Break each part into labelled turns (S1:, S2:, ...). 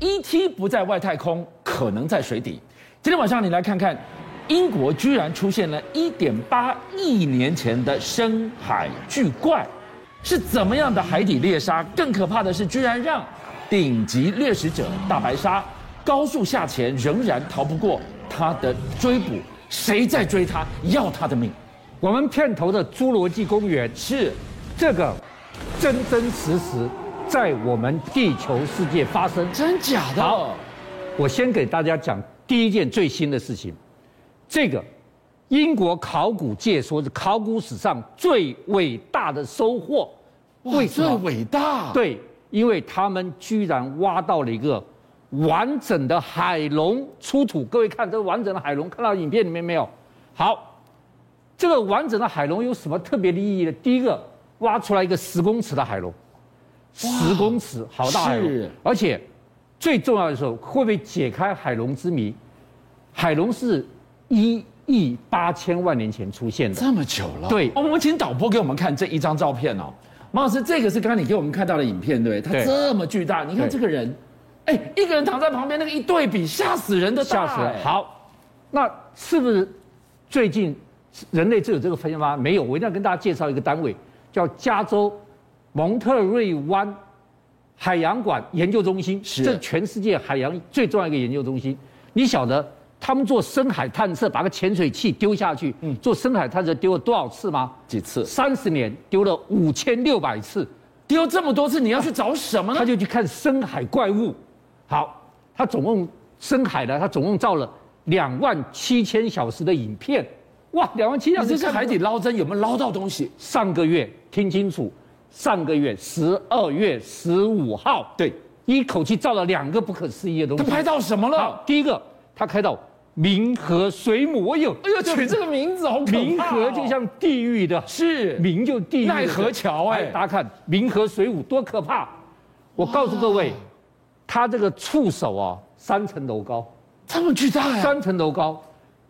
S1: ，ET ，E 不在外太空，可能在水底。今天晚上你来看看，英国居然出现了1.8亿年前的深海巨怪，是怎么样的海底猎杀？更可怕的是，居然让顶级掠食者大白鲨高速下潜，仍然逃不过它的追捕。谁在追它？要它的命！
S2: 我们片头的《侏罗纪公园》
S1: 是
S2: 这个真真实实在我们地球世界发生。
S1: 真假的？
S2: 好我先给大家讲第一件最新的事情，这个英国考古界说是考古史上最伟大的收获。
S1: 哇，最伟大！，
S2: 对，因为他们居然挖到了一个完整的海龙出土。各位看这完整的海龙，看到影片里面没有？好，这个完整的海龙有什么特别的意义呢？第一个，挖出来一个十公尺的海龙，十公尺，好大海
S1: 是
S2: 龙，而且最重要的是，会不会解开海龙之谜？海龙是一亿八千万年前出现的。
S1: 这么久了。哦
S2: 对
S1: 我们请导播给我们看这一张照片哦，马老师，这个是刚刚你给我们看到的影片，对不对？它
S2: 对
S1: 这么巨大，你看
S2: 对
S1: 这个人，哎，一个人躺在旁边，那个一对比，吓死人的大，
S2: 吓死人
S1: 哎！
S2: 好，那是不是最近人类就有这个分发？没有，我一定要跟大家介绍一个单位，叫加州蒙特瑞湾海洋馆研究中心，
S1: 是
S2: 这全世界海洋最重要一个研究中心。你晓得他们做深海探测，把个潜水器丢下去，做深海探测丢了多少次吗？
S1: 几次
S2: 三十年丢了五千六百次。
S1: 丢这么多次，你要去找什么呢？
S2: 他就去看深海怪物。好，他总共深海的，他总共照了两万七千小时的影片。哇，两万七千
S1: 你
S2: 小
S1: 这是
S2: 时看
S1: 海底捞针，有没有捞到东西？
S2: 上个月听清楚，上个月十二月十五号，
S1: 对，
S2: 一口气照了两个不可思议的东
S1: 他
S2: 西。
S1: 拍到什么
S2: 好
S1: 了？，
S2: 第一个他开到冥河水母，哎呦，
S1: 哎呦，取这个名字好可怕哦
S2: 冥河就像地狱的
S1: 是
S2: 冥就地狱的
S1: 奈何桥哎
S2: 大家看冥河水舞多可怕！我告诉各位，它这个触手啊，三层楼高，
S1: 这么巨大哎呀！
S2: 三层楼高，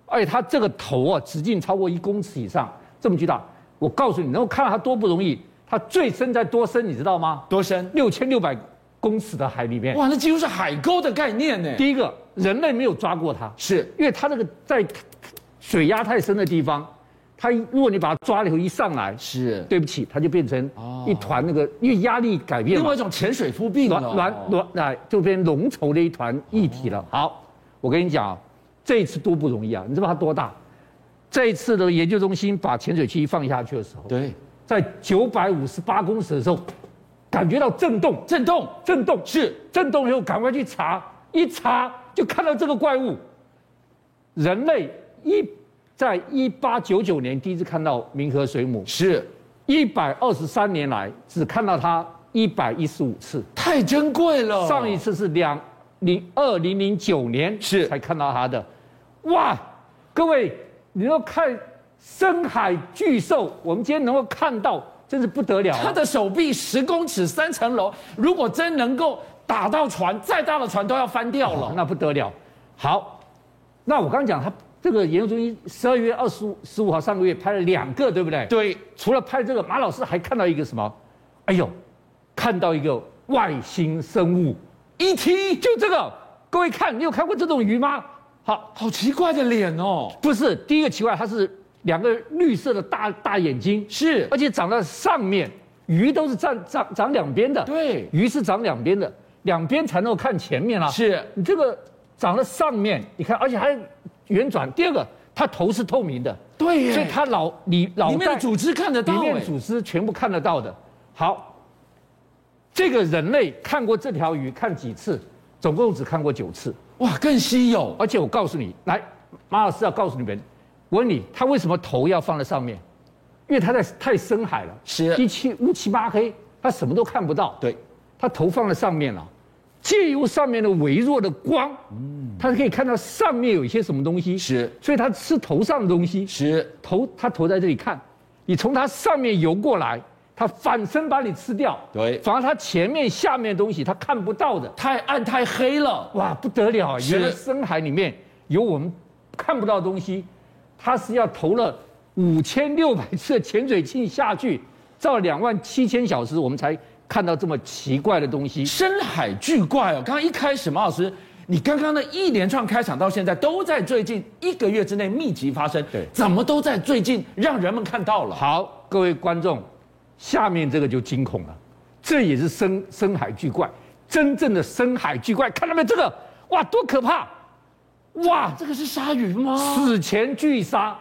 S2: 而且它这个头啊，直径超过一公尺以上，这么巨大。我告诉你，能够看到它多不容易，它最深在多深，你知道吗？
S1: 多深？
S2: 六千六百公尺的海里面。
S1: 哇，那几乎是海沟的概念呢。
S2: 第一个，人类没有抓过它，
S1: 是
S2: 因为它这个在水压太深的地方，它一如果你把它抓了以后一上来，
S1: 是，
S2: 对不起，它就变成
S1: 哦
S2: 一团那个，因为压力改变
S1: 另
S2: 嘛
S1: 外一，种潜水夫病
S2: 卵
S1: 了。
S2: 卵卵那哎就变浓稠的一团液体了。
S1: 哦
S2: 好，我跟你讲啊，这一次多不容易啊！你知道它多大？这一次的研究中心把潜水器一放下去的时候，
S1: 对，
S2: 在九百五十八公尺的时候，感觉到震动，
S1: 震动
S2: 震动是震动以后，赶快去查，一查就看到这个怪物。人类一在一八九九年第一次看到冥河水母，
S1: 是
S2: 一百二十三年来只看到它一百一十五次，
S1: 太珍贵了。
S2: 上一次是两零二零零九年
S1: 是
S2: 才看到它的，哇！各位，你要看深海巨兽，我们今天能够看到，真是不得了、啊。
S1: 他的手臂十公尺三层楼，如果真能够打到船，再大的船都要翻掉
S2: 哦
S1: 了。
S2: 那不得了。好，那我刚刚讲他这个研究中心十二月二十五、十五号上个月拍了两个，对不对？。
S1: 对，
S2: 除了拍这个，马老师还看到一个什么？哎呦，看到一个外星生物，
S1: 一踢
S2: 就这个。各位看，你有看过这种鱼吗？好，
S1: 好奇怪的脸哦，
S2: 不是第一个奇怪，它是两个绿色的大大眼睛，
S1: 是
S2: 而且长在上面。鱼都是长长长两边的，
S1: 对
S2: 鱼是长两边的，两边才能够看前面啦、啊
S1: 是
S2: 你这个长在上面，你看，而且还旋转。第二个，它头是透明的，
S1: 对耶，
S2: 所以它脑里脑
S1: 里面
S2: 袋
S1: 的组织看得
S2: 里
S1: 到，
S2: 面
S1: 哎，
S2: 组织全部看得到的。好，这个人类看过这条鱼看几次？总共只看过九次。
S1: 哇，更稀有，
S2: 而且我告诉你，来，马老师要告诉你们，我问你，他为什么头要放在上面？因为他在太深海了，
S1: 是
S2: 一漆乌漆麻黑，他什么都看不到。
S1: 对，
S2: 他头放在上面了，借由上面的微弱的光，他是可以看到上面有一些什么东西。
S1: 嗯是，
S2: 所以他吃头上的东西，
S1: 是
S2: 头他头在这里看，你从它上面游过来，它反身把你吃掉。
S1: 对
S2: 反而它前面下面的东西它看不到的。
S1: 太暗太黑了，
S2: 哇，不得了啊！
S1: 是
S2: 原来深海里面有我们看不到的东西，它是要投了五千六百次的潜水器下去，照两万七千小时，我们才看到这么奇怪的东西。
S1: 深海巨怪哦！刚刚一开始，马老师，你刚刚的一连串开场到现在，都在最近一个月之内密集发生，
S2: 对
S1: 怎么都在最近让人们看到了。
S2: 好，各位观众，下面这个就惊恐了，这也是深深海巨怪，真正的深海巨怪，看到没有？这个哇，多可怕！哇，
S1: 这个是鲨鱼吗？
S2: 史前巨鲨，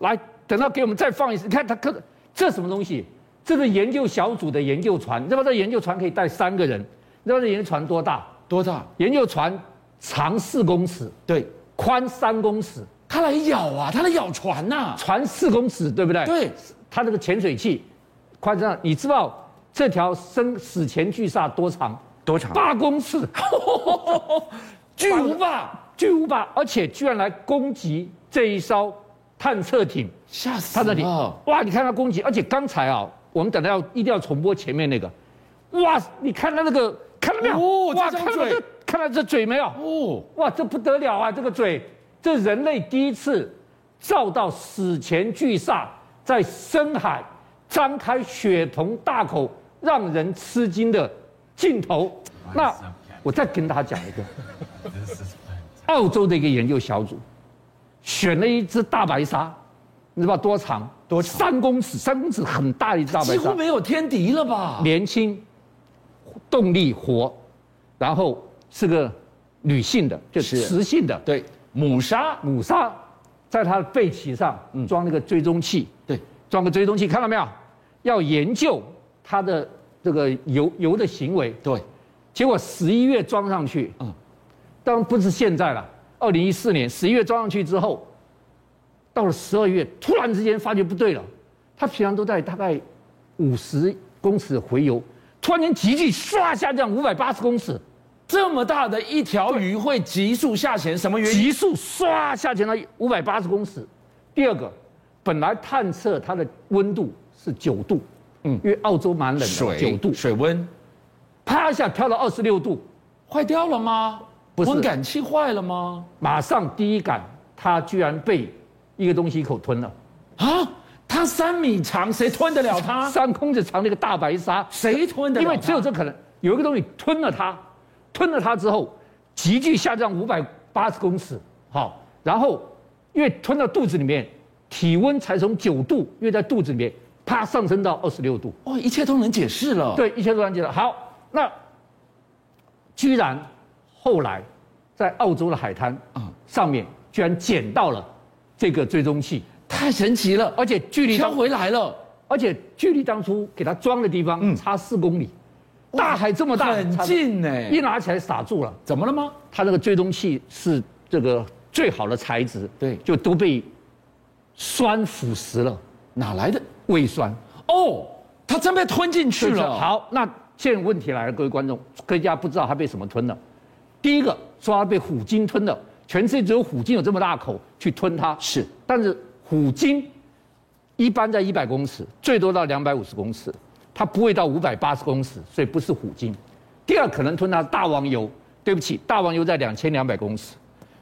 S2: 来，等到给我们再放一次，你看它可这什么东西？这是研究小组的研究船，你知道这研究船可以带三个人，你知道这研究船多大？
S1: 多大？
S2: 研究船长四公尺，
S1: 对，
S2: 宽三公尺，
S1: 它来咬啊，它来咬船呐、
S2: 船四公尺，对不对？
S1: 对，
S2: 它这个潜水器，宽上，你知道这条深史前巨鲨多长？
S1: 多长
S2: 八公尺，
S1: 巨无霸，
S2: 巨无霸，而且居然来攻击这一艘探测艇。
S1: 吓死
S2: 他那里
S1: 了！
S2: 哇，你看他攻击，而且刚才啊，我们等到要一定要重播前面那个，哇，你看他那个，看到没有？
S1: 哦
S2: 哇，
S1: 这
S2: 看
S1: 张
S2: 到
S1: 嘴
S2: 这，看到这嘴没有？
S1: 哦，
S2: 哇，这不得了啊！这个嘴，这人类第一次照到史前巨鲨在深海张开血盆大口，让人吃惊的镜头。那我再跟大家讲一个，澳洲的一个研究小组选了一只大白鲨，你知道多长？
S1: 多长
S2: 三公尺，三公尺很大的一只大白
S1: 几
S2: 鲨
S1: 乎，没有天敌了吧？
S2: 年轻，动力活，然后是个女性的，就是是雌性的。
S1: 对，母鲨，
S2: 母鲨在它的背鳍上装了个追踪器，
S1: 对，
S2: 装个追踪器，看到没有？要研究它的这个游游的行为。
S1: 对，
S2: 结果十一月装上去，
S1: 嗯
S2: 嗯，当然不是现在了，二零一四年十一月装上去之后，到了十二月，突然之间发觉不对了，它平常都在大概五十公尺回游，突然间急剧唰一下降五百八十公尺，
S1: 这么大的一条鱼会急速下潜，什么原因？
S2: 急速唰下潜到五百八十公尺。第二个，本来探测它的温度是九度，嗯，因为澳洲蛮冷的，九度，
S1: 水温
S2: 啪一下跳到二十六度，
S1: 坏掉了吗？
S2: 不是
S1: 温感器坏了吗？
S2: 马上第一感，它居然被一个东西一口吞了，
S1: 啊，它三米长，谁吞得了它？
S2: 三公尺长的一个大白鲨，
S1: 啊谁吞得了
S2: 因
S1: 它？
S2: 为只有这可能，有一个东西吞了它，吞了它之后，急剧下降五百八十公尺，好，然后因为吞到肚子里面，体温才从九度，因为在肚子里面，啪上升到二十六度，
S1: 哇，哦一切都能解释了。，
S2: 对，一切都完结了。好，那居然后来在澳洲的海滩
S1: 嗯
S2: 上面居然捡到了这个追踪器，
S1: 太神奇了，
S2: 而且距离
S1: 哎飘
S2: 当
S1: 回来了，
S2: 而且距离当初给它装的地方差四公里，大海这么大，
S1: 嗯很
S2: 差四
S1: 近呢、
S2: 一拿起来傻住了。
S1: 怎么了吗？
S2: 它那个追踪器是这个最好的材质，
S1: 对
S2: 就都被酸腐蚀了，
S1: 哪来的？
S2: 胃酸。
S1: 哦，它真被吞进去
S2: 就是
S1: 了。，
S2: 好，那现在问题来了，各位观众，科学家不知道它被什么吞了。第一个说它被虎鲸吞了，全世界只有虎鲸有这么大口去吞它。
S1: 是，
S2: 但是虎鲸一般在一百公尺，最多到两百五十公尺，它不会到五百八十公尺，所以不是虎鲸。第二可能吞它的大王游，对不起，大王游在两千两百公尺，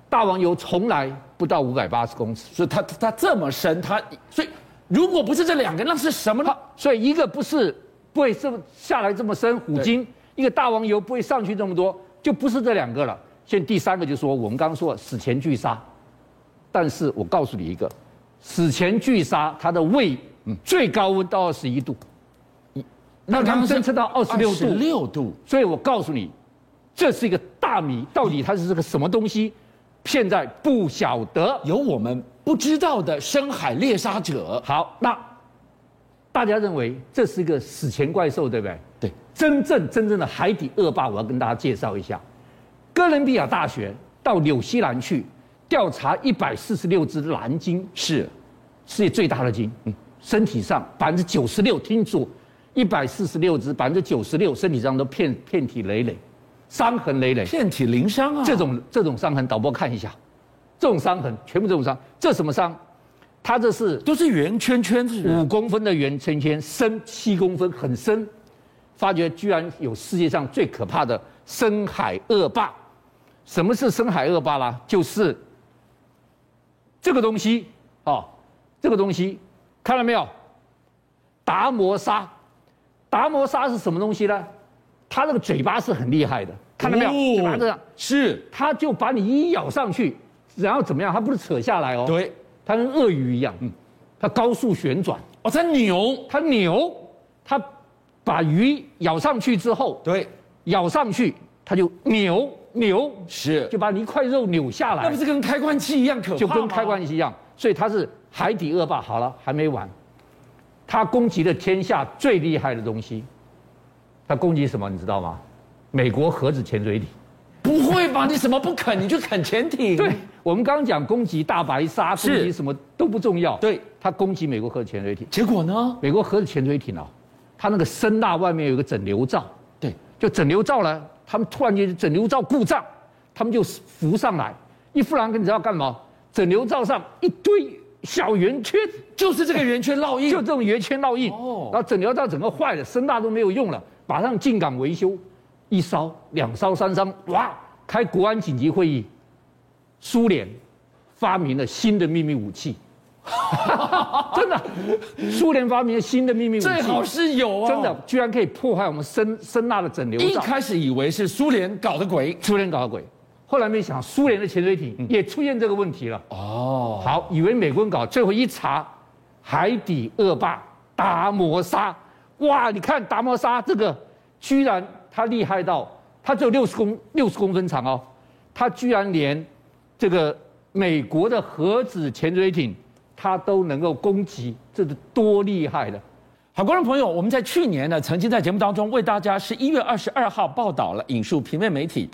S2: 大王游从来不到五百八十公尺。
S1: 所以它它它这么深，它所以如果不是这两个，那是什么呢
S2: 好？，所以一个不是不会这么下来这么深，虎鲸；一个大王游不会上去这么多，就不是这两个了。现在第三个就是说我们刚刚说史前巨鲨，但是我告诉你一个，史前巨鲨它的胃最高温到二十一度，那刚刚侦测到嗯二十六度，
S1: 六度，
S2: 所以我告诉你，这是一个大谜，到底它是个什么东西，现在不晓得。
S1: 有我们不知道的深海猎杀者。
S2: 好，那大家认为这是一个史前怪兽，对不对？
S1: 对，
S2: 真正真正的海底恶霸，我要跟大家介绍一下。哥伦比亚大学到纽西兰去调查一百四十六只蓝鲸，
S1: 是
S2: 世界最大的鲸，身体上百分之九十六，听住，一百四十六只，百分之九十六身体上都遍遍体累累，伤痕累累。
S1: 遍体鳞伤啊！
S2: 这种这种伤痕，导播看一下，这种伤痕全部这种伤，这什么伤？它这是
S1: 都是圆圈圈是不是
S2: 五公分的圆圈圈，深七公分，很深。发觉居然有世界上最可怕的深海恶霸。什么是深海恶霸啦？就是这个东西啊、哦，这个东西看到没有？达摩鲨，达摩鲨是什么东西呢？它那个嘴巴是很厉害的，看到没有？嘴巴这样，
S1: 哦是，
S2: 它就把你一咬上去，然后怎么样？它不是扯下来哦，
S1: 对，
S2: 它跟鳄鱼一样，嗯，它高速旋转，
S1: 哦，它牛，
S2: 它扭，它把鱼咬上去之后，
S1: 对，
S2: 咬上去它就扭扭，
S1: 是，
S2: 就把你一块肉扭下
S1: 那
S2: 来
S1: 不，是跟开关器一样可怕
S2: 就跟开
S1: 器
S2: 关一样，所以它是海底恶霸。好了，还没完，它攻击了天下最厉害的东西，它攻击什么？你知道吗？美国核子潜水艇。
S1: 不会吧？你什么不啃，你就啃潜艇？
S2: 对，我们刚刚讲攻击大白鲨，攻
S1: 是
S2: 击什么都不重要。
S1: 对，
S2: 它攻击美国核子潜水艇，
S1: 结果呢？
S2: 美国核子潜水艇啊，它那个声呐外面有一个整流罩，
S1: 对，
S2: 就整流罩呢，他们突然间整流罩故障，他们就浮上来，一浮上来你知道干嘛？整流罩上一堆小圆圈，
S1: 就是这个圆圈烙印，
S2: 就这种圆圈烙印，
S1: 哦
S2: 然后整流罩整个坏了，声呐都没有用了，马上进港维修，一烧、两烧、三烧，哇！开国安紧急会议，苏联发明了新的秘密武器， 真的，苏联发明了新的秘密武器，
S1: 最好是有啊、
S2: 真的居然可以破坏我们声声呐的整流
S1: 一
S2: 罩，
S1: 开始以为是苏联搞的鬼
S2: 苏联搞的鬼。后来没想，苏联的潜水艇也出现这个问题了。
S1: 哦，
S2: 好，以为美国人搞，最后一查，海底恶霸达摩鲨，哇！你看达摩鲨这个，居然它厉害到，它只有六十公六十公分长哦，它居然连这个美国的核子潜水艇，它都能够攻击，这是多厉害的！
S1: 好，观众朋友，我们在去年呢，曾经在节目当中为大家十一月二十二号报道了引述平面媒体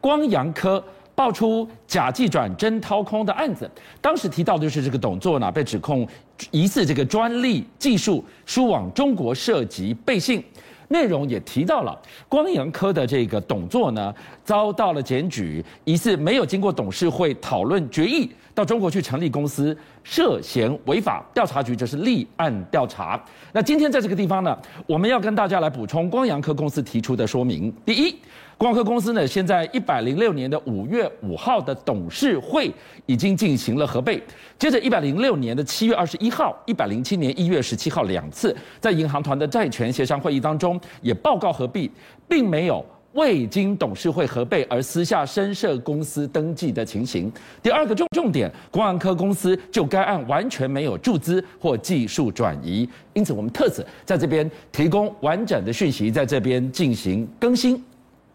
S1: 光阳科。爆出假计转真掏空的案子，当时提到就是这个董座呢被指控疑似这个专利技术输往中国涉及背信，内容也提到了光阳科的这个董座呢遭到了检举，疑似没有经过董事会讨论决议到中国去成立公司，涉嫌违法。调查局这是立案调查。那今天在这个地方呢，我们要跟大家来补充光阳科公司提出的说明。第一，光阳科公司呢，现在一百零六年的五月五号的董事会已经进行了核备，接着一百零六年的七月二十一号、一百零七年一月十七号两次在银行团的债权协商会议当中也报告合并，并没有。未经董事会核备而私下深设公司登记的情形。第二个重重点，光安科公司就该案完全没有注资或技术转移，因此我们特此在这边提供完整的讯息，在这边进行更新。